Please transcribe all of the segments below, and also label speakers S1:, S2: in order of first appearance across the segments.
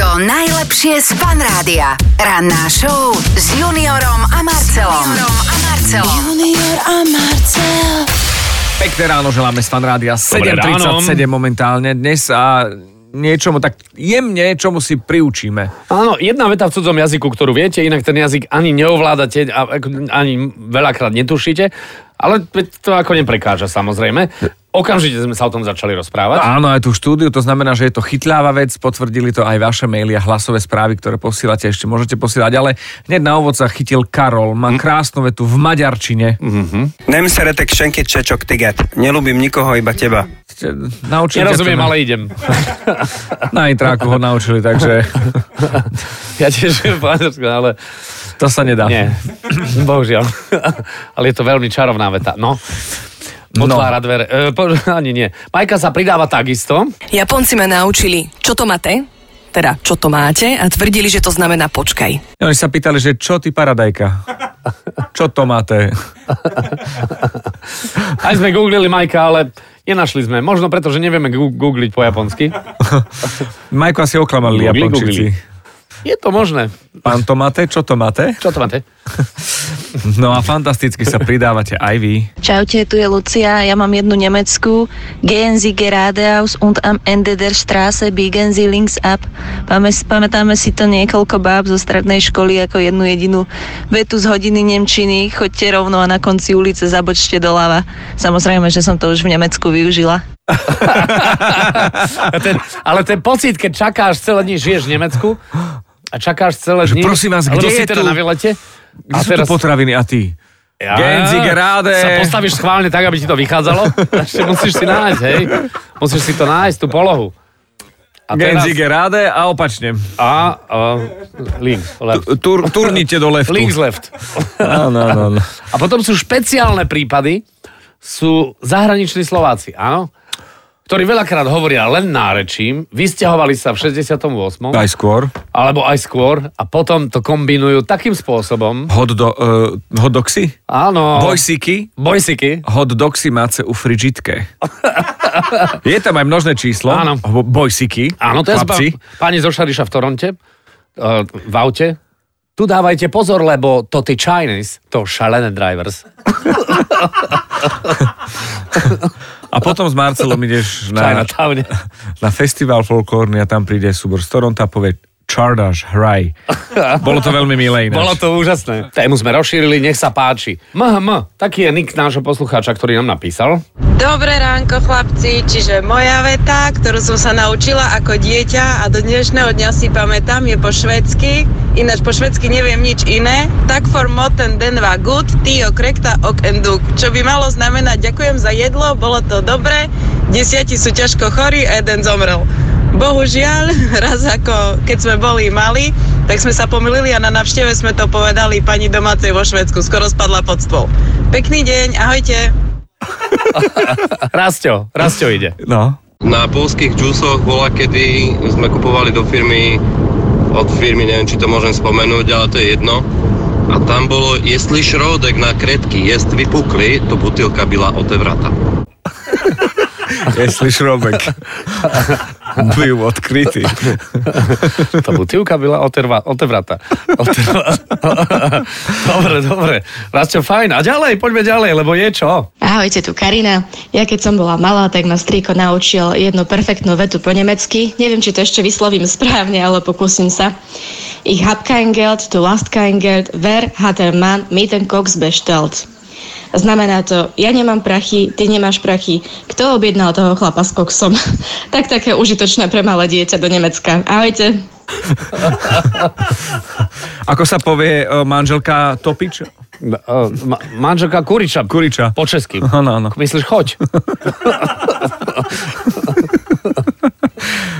S1: To najlepšie z Fanrádia. Ranná show s Juniorom a Marcelom. Juniorom a Marcelom.
S2: Junior a Marcel.
S3: Pekné ráno želáme z Fanrádia.
S4: Dobré ráno.
S3: 7.37 momentálne dnes a niečomu tak jemne, čomu si priučíme.
S4: Áno, jedna veta v cudzom jazyku, ktorú viete, inak ten jazyk ani neovládate a ako- ani veľakrát netušíte, ale veď to ako neprekáža samozrejme. Okamžite sme sa o tom začali rozprávať.
S3: Áno, aj tú štúdiu, to znamená, že je to chytľáva vec, potvrdili to aj vaše maily a hlasové správy, ktoré posielate, ešte môžete posielať, ale hneď na ovoca chytil Karol,
S4: Mm.
S3: má krásnu vetu v maďarčine.
S5: Nem szeretek senkit, se csak téged. Nelúbim nikoho, iba teba.
S3: Ste- Naučili ťa to
S4: Nerozumiem,
S3: na-
S4: ale idem.
S3: Na intráku ho naučili, takže
S4: Ja tiež viem po maďarsku, ale
S3: to sa nedá.
S4: nie. Bohužiaľ. Ale je to veľmi čarovná veta. No. Otvára no. dvere. E, po, ani nie. Majka sa pridáva takisto.
S2: Japonci ma naučili, čo to máte? Teda, čo to máte? A tvrdili, že to znamená počkaj.
S3: No, Oni sa pýtali, že čo ty paradajka? Čo to máte?
S4: Aj sme googlili Majka, ale nenašli sme. Možno preto, že nevieme gu- googliť po japonsky.
S3: Majko asi oklamali
S4: Googli,
S3: Japončici.
S4: Je to možné.
S3: Pán to máte? Čo to máte?
S4: Čo to máte?
S3: No a fantasticky sa pridávate aj vy.
S6: Čaute, tu je Lucia, ja mám jednu nemeckú. Gehen Sie geradeaus und am Ende der Straße biegen Sie links ab. Pamä- Pamätáme si to niekoľko báb zo strednej školy ako jednu jedinú vetu z hodiny Nemčiny. Choďte rovno a na konci ulice zabočte doľava. Samozrejme, že som to už v Nemecku využila.
S4: A ten, ale ten pocit, keď čakáš celé dni, žiješ v Nemecku a čakáš celé
S3: Že
S4: dni.
S3: prosím vás,
S4: alebo
S3: kde
S4: si
S3: je
S4: teda
S3: tu-
S4: na vylete?
S3: Kde sú tu potraviny a ty?
S4: Ja,
S3: Genzige ráde.
S4: Sa postavíš schválne tak, aby ti to vychádzalo. Ešte musíš si nájsť, hej. Musíš si to nájsť, tú polohu. A teraz...
S3: Genzige ráde a opačne.
S4: A, a, link, left.
S3: Tur, turnite do leftu.
S4: Links left.
S3: Áno, áno, áno.
S4: A potom sú špeciálne prípady, sú zahraniční Slováci, áno? Ktorí veľakrát hovoria len nárečím, vysťahovali sa v 68.
S3: Aj skôr.
S4: alebo aj skôr a potom to kombinujú takým spôsobom.
S3: Hot, do, uh, hot dogsy?
S4: Áno.
S3: Bojsiky?
S4: Bojsiky.
S3: Hot dogsy máce u frižitke. Je tam aj množné číslo.
S4: Áno.
S3: Bo- Bojsiky.
S4: Áno, to je
S3: Chlapci.
S4: zba- Pani zo Šariša v Toronte, uh, v aute. Tu dávajte pozor, lebo to tí Chinese, to šalené drivers.
S3: A potom s Marcelom ideš na,
S4: Chinatowne.
S3: na festival folklórny a tam príde súbor z Toronta a povie Chardash, hraj. Bolo to veľmi milé ináč.
S4: Bolo to úžasné. Tému sme rozšírili, nech sa páči. MHM, taký je nick nášho poslucháča, ktorý nám napísal.
S7: Dobré ránko, chlapci. Čiže moja veta, ktorú som sa naučila ako dieťa a do dnešného dňa si pamätám, je po švedsky. Ináč po švedsky neviem nič iné. Tak for moten den var good, tio krekta ok enduk. Čo by malo znamenať ďakujem za jedlo, bolo to dobré, desiati sú ťažko chorí a jeden zomrel. Bohužiaľ, raz ako keď sme boli mali, tak sme sa pomýlili a na navšteve sme to povedali pani domácej vo Švedsku. Skoro spadla pod stôl. Pekný deň, ahojte.
S4: Rastio, Rastio ide.
S3: No.
S8: Na polských džusoch bola, kedy sme kupovali do firmy, od firmy, neviem, či to môžem spomenúť, ale to je jedno. A tam bolo, jestli šródek na kredky jest vypukli, to butilka byla otevrata.
S3: Jestli šrobek byl odkrytý.
S4: Tá butilka byla oterva, otevrata. Oterva. dobre, dobre. Rastio, fajn. A ďalej, poďme ďalej, lebo je čo.
S9: Ahojte, tu Karina. Ja keď som bola malá, tak ma strýko naučil jednu perfektnú vetu no po nemecky. Neviem, či to ešte vyslovím správne, ale pokúsim sa. Ich hab kein Geld, du hast kein Geld, wer hat der Mann mit den Cox bestellt? Znamená to, ja nemám prachy, ty nemáš prachy. Kto objednal toho chlapa s koksom? tak také užitočné pre malé dieťa do Nemecka. Ahojte.
S3: Ako sa povie e, manželka Topič?
S4: Uh, ma- manželka Kuriča.
S3: Kuriča.
S4: Po česky.
S3: Áno, áno.
S4: Myslíš, choď.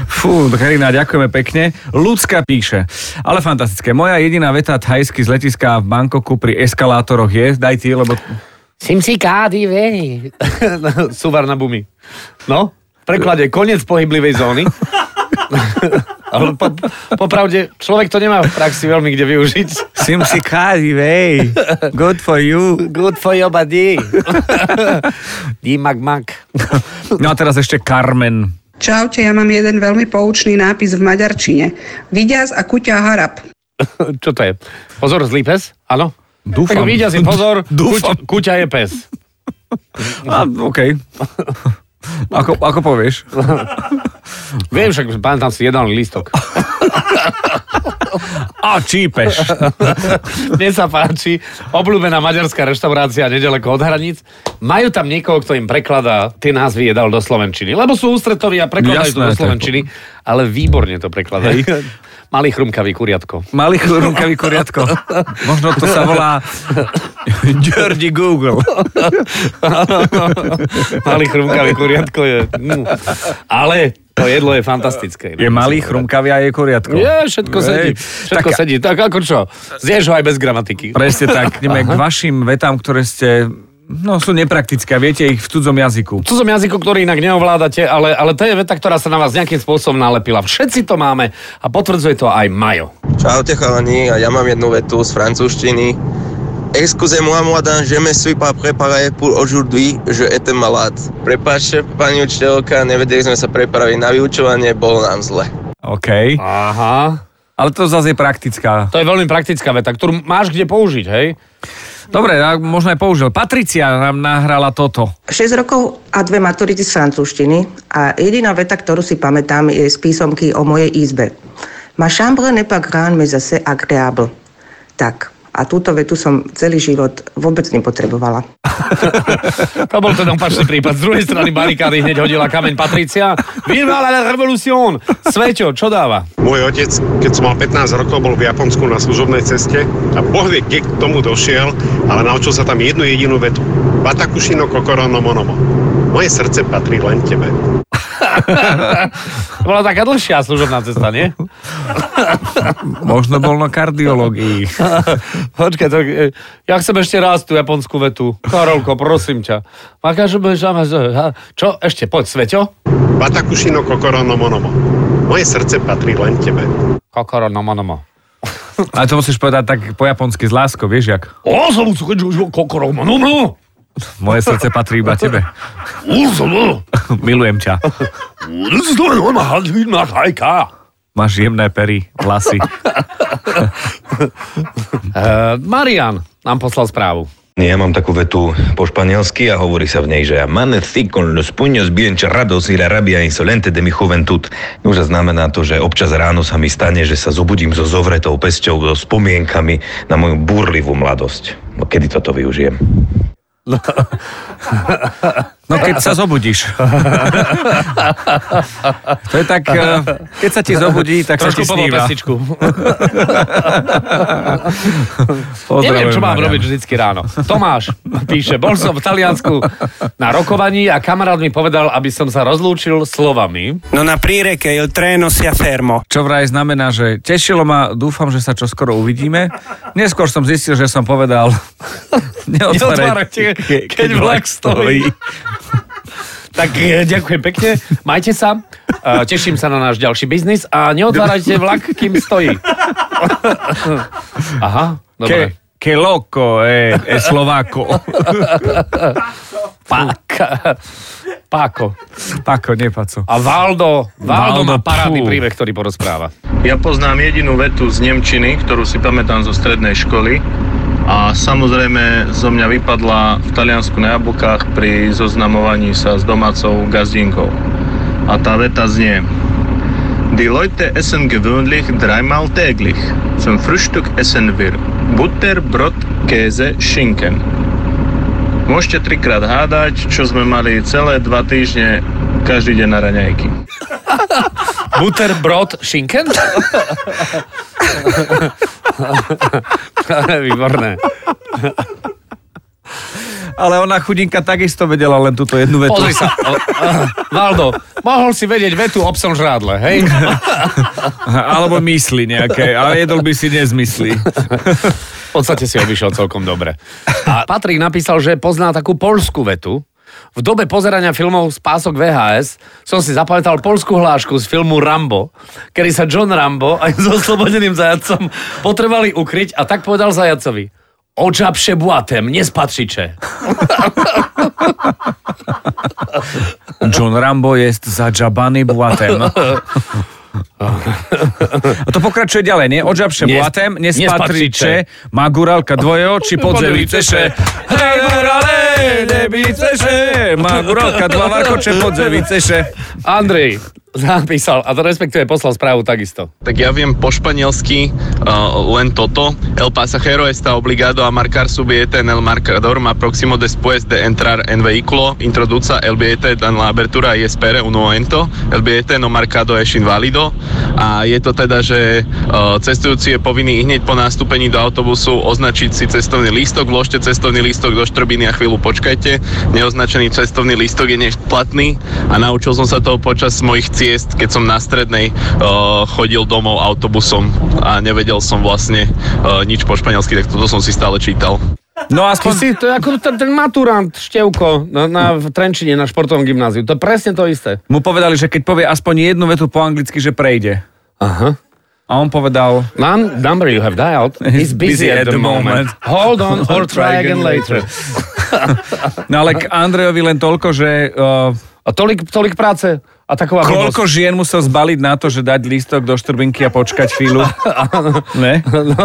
S3: Fú, Karina, ďakujeme pekne. Ľudská píše, ale fantastické. Moja jediná veta thajsky z letiska v Bankoku pri eskalátoroch je, daj ty, lebo
S4: Sim si kády veni. Suvar na bumi. No, v preklade koniec pohyblivej zóny. Ale po, popravde, človek to nemá v praxi veľmi kde využiť.
S3: sim si kári, vej, good for you.
S4: Good for your body. Dímak mak.
S3: No a teraz ešte Carmen.
S10: Čaute, ja mám jeden veľmi poučný nápis v maďarčine. Vidiaz a kuťa harab.
S4: Čo to je? Pozor, zlý pes? Áno?
S3: Dúfam.
S4: Tak vidia si, pozor,
S3: Dúfam.
S4: kuť, kuťa je pes.
S3: A, OK. Ako, ako povieš?
S4: Viem, však pamätám si jeden listok.
S3: A čípeš.
S4: Mne sa páči, obľúbená maďarská reštaurácia nedaleko od hraníc. Majú tam niekoho, kto im prekladá tie názvy jedál do Slovenčiny. Lebo sú ústretoví a prekladajú to
S3: No Jasné,
S4: do
S3: tak-
S4: Slovenčiny, ale výborne to prekladajú. Malý chrumkavý kuriatko.
S3: Malý chorúnkavý kuriatko. Možno to sa volá Dirty Google.
S4: Malý chrumkavý kuriatko je... Mm. Ale to jedlo je fantastické.
S3: Je malý, chrumkavý a je kuriatko.
S4: Je, všetko sedí.
S3: Hej.
S4: Všetko
S3: Tak-
S4: sedí. Tak ako čo? Zješ ho aj bez gramatiky.
S3: Presne tak, ideme k vašim vetám, ktoré ste, no sú nepraktické, a viete ich v cudzom jazyku.
S4: cudzom jazyku, ktorý inak neovládate, ale, ale to je veta, ktorá sa na vás nejakým spôsobom nalepila. Všetci to máme a potvrdzuje to aj Majo.
S8: Čaute chalani, a ja mám jednu vetu z francúzštiny. Excusez-moi, madame, je me suis pas préparé pour aujourd'hui, je étais malade. Prepáčte, pani učiteľka, nevedeli sme sa prepraviť na vyučovanie, bolo nám zle.
S3: OK,
S4: Aha.
S3: ale to zase je praktická.
S4: To je veľmi praktická veta, ktorú máš kde použiť, hej?
S3: Dobre, ja možno aj použil. Patricia nám nahrala toto.
S10: 6 rokov a dve maturity z francúzštiny a jediná veta, ktorú si pamätám, je z písomky o mojej izbe. Ma chambre n'est pas grande, mais assez agréable. Tak, a túto vetu som celý život vôbec nepotrebovala.
S4: To bol ten opačný prípad. Z druhej strany barikády hneď hodila kameň Patricia. Viva la revolution! Sveťo, čo dáva?
S11: Môj otec, keď som mal 15 rokov, bol v Japonsku na služobnej ceste a Boh vie, kde k tomu došiel, ale naučil sa tam jednu jedinú vetu. Batakushino kokoro no monomo. Moje srdce patrí len tebe.
S4: To bola taká dlhšia služobná cesta, nie?
S3: Možno bol na kardiológii.
S4: Počkaj, tak, e, ja chcem ešte raz tú japonskú vetu. Karolko, prosím ťa. Makáš, budeš- ha, Čo? Ešte, poď, Sveťo.
S11: Batakushino kokoro no monomo. Moje srdce patrí len tebe.
S4: Kokoro no monomo.
S3: Ale to musíš povedať tak po japonsky s láskou, vieš jak?
S4: O, som cukať, už kokoro no monomo.
S3: Moje srdce patrí iba tebe.
S4: O, som no,
S3: Milujem ťa. Máš jemné pery, vlasy.
S4: E, Marian nám poslal správu.
S5: Ja mám takú vetu po španielsky a hovorí sa v nej, že amanecí con los puños bien charrados y la rabia insolente de mi juventud. Už znamená to, že občas ráno sa mi stane, že sa zobudím so zovretou pesťou, so spomienkami na moju búrlivú mladosť. No kedy toto využijem?
S3: No keď sa zobudíš. to je tak, eh, keď sa ti zobudí, tak sa ti
S4: Trošku podol
S3: sníva.
S4: pesničku.
S3: Pozdravujem,
S4: Neviem, čo mám
S3: Marian.
S4: robiť vždycky ráno. Tomáš píše, bol som v Taliansku na rokovaní a kamarát mi povedal, aby som sa rozlúčil slovami.
S5: No na príreke il treno sia fermo.
S3: Čo vraj znamená, že tešilo ma, dúfam, že sa čoskoro uvidíme. Neskôr som zistil, že som povedal,
S4: Neotvárajte,
S3: neotvárajte,
S4: ke- keď vlak stojí. Tak e, ďakujem pekne, majte sa, e, teším sa na náš ďalší biznis a neotvárajte vlak, kým stojí. Aha,
S3: Ke,
S4: dobre.
S3: ke loco, e, e Slováko.
S4: Páka. Páko.
S3: Pako, nepaco.
S4: A Valdo,
S3: Valdo,
S4: Valdo, má parádny
S3: pfú.
S4: príbeh, ktorý porozpráva.
S11: Ja poznám jedinú vetu z Nemčiny, ktorú si pamätám zo strednej školy a samozrejme zo mňa vypadla v Taliansku na jablkách pri zoznamovaní sa s domácou gazdinkou. A tá veta znie Die Leute essen gewöhnlich dreimal täglich. Zum Frühstück essen wir Butter, Brot, Käse, Schinken. Môžete trikrát hádať, čo sme mali celé dva týždne každý deň na raňajky.
S4: Butterbrot Schinken? Výborné.
S3: Ale ona chudinka takisto vedela len túto jednu vetu.
S4: Pozri sa. O, aha. Valdo, mohol si vedieť vetu obsom žrádle, hej?
S3: Alebo mysli nejaké, ale jedol by si nezmysly.
S4: V podstate si obišiel celkom dobre. A Patrik napísal, že pozná takú polskú vetu. V dobe pozerania filmov z pások VHS som si zapamätal polskú hlášku z filmu Rambo, kedy sa John Rambo aj s oslobodeným zajacom potrebovali ukryť a tak povedal zajacovi. Oča pšebuatem, nespatriče.
S3: John Rambo jest zadżabany błatem. A to pokračuje ďalej, nie? Odžabše
S4: Nie-
S3: blatem, nespatriče,
S4: nespatriče.
S3: má guralka dvoje oči, podzeviceše. Hej, gurale, nebiceše, má guralka dva varkoče, podzeviceše.
S4: Andrej zapísal, a to respektíve poslal správu takisto.
S11: Tak ja viem po španielsky uh, len toto. El pasajero está obligado a marcar su billete en el marcador más próximo después de entrar en vehículo. Introduca el billete en la abertura y espere un momento. El billete no marcado es inválido. A je to teda, že uh, cestujúci je povinný hneď po nastúpení do autobusu označiť si cestovný lístok. Vložte cestovný lístok do štrbiny a chvíľu počkajte. Neoznačený cestovný lístok je neplatný a naučil som sa toho počas mojich ciest, keď som na strednej uh, chodil domov autobusom a nevedel som vlastne uh, nič po španielsky, tak toto som si stále čítal.
S3: No
S4: Ty
S3: aspoň...
S4: si, to je ako ten, ten maturant Števko na, na, v Trenčine na športovom gymnáziu. To je presne to isté.
S3: Mu povedali, že keď povie aspoň jednu vetu po anglicky, že prejde.
S4: Aha.
S3: A on povedal...
S4: Num- number you have dialed is busy, at, the moment. Hold on or try again later.
S3: No ale k Andrejovi len toľko, že uh,
S4: A tolik, tolik práce a taková
S3: koľko žien musel zbaliť na to, že dať lístok do štrbinky a počkať chvíľu. Ne?
S4: No,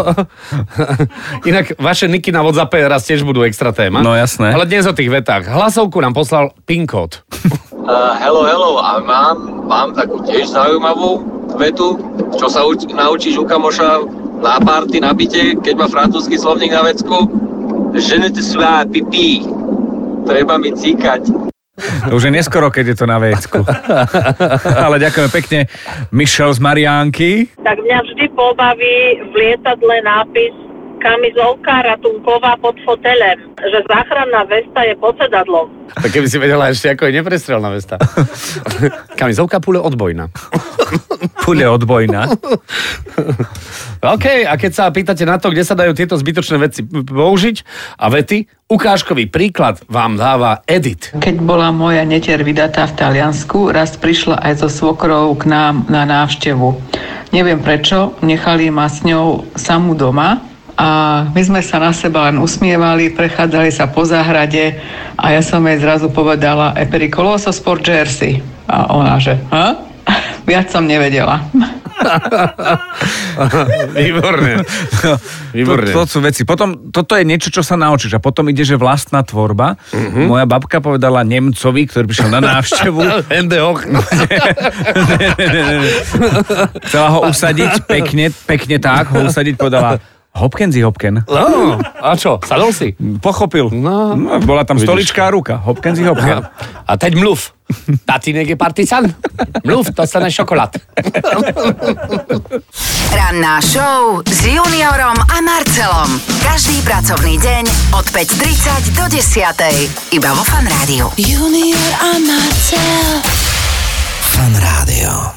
S4: inak vaše niky na WhatsAppe raz tiež budú extra téma.
S3: No, jasné.
S4: Ale dnes o tých vetách. Hlasovku nám poslal PIN kód.
S11: Uh, hello, hello, a mám, mám takú tiež zaujímavú vetu, čo sa uč- naučíš u kamoša na party, na byte, keď má francúzsky slovník na vecku. Ženete svá pipí, treba mi cíkať.
S3: To už je neskoro, keď je to na vecku. Ale ďakujeme pekne. Michel z Mariánky.
S7: Tak mňa vždy pobaví v lietadle nápis kamizolka ratunková pod fotelem, že záchranná vesta je pod sedadlom.
S4: Tak keby si vedela ešte, ako je neprestrelná vesta. Kamizovka pule odbojná.
S3: Pule odbojná.
S4: OK, a keď sa pýtate na to, kde sa dajú tieto zbytočné veci p- použiť a vety, ukážkový príklad vám dáva Edit.
S7: Keď bola moja netier vydatá v Taliansku, raz prišla aj so svokrou k nám na návštevu. Neviem prečo, nechali ma s ňou samú doma a my sme sa na seba len usmievali, prechádzali sa po záhrade a ja som jej zrazu povedala e pericoloso sport jersey. A ona že, ha? Viac som nevedela.
S4: Výborné. Výborné.
S3: To, to sú veci. Potom, toto je niečo, čo sa naučíš. A potom ide, že vlastná tvorba.
S4: Mhm.
S3: Mm-hmm. Moja babka povedala Nemcovi, ktorý prišiel na návštevu.
S4: Hende hoch.
S3: Chcela ho usadiť pekne, pekne tak, ho usadiť povedala Hopkenzi Hopken.
S4: No, a čo, sadol si?
S3: Pochopil.
S4: No.
S3: bola tam stolička a ruka. Hopkenzi Hopken.
S4: A, a teď mluv. Tatínek je partizan. Mluv, dostane šokolád.
S1: Ranná show s Juniorom a Marcelom. Každý pracovný deň od 5.30 do 10.00. Iba vo Fan Rádiu.
S12: Junior a Marcel. Fan Rádio.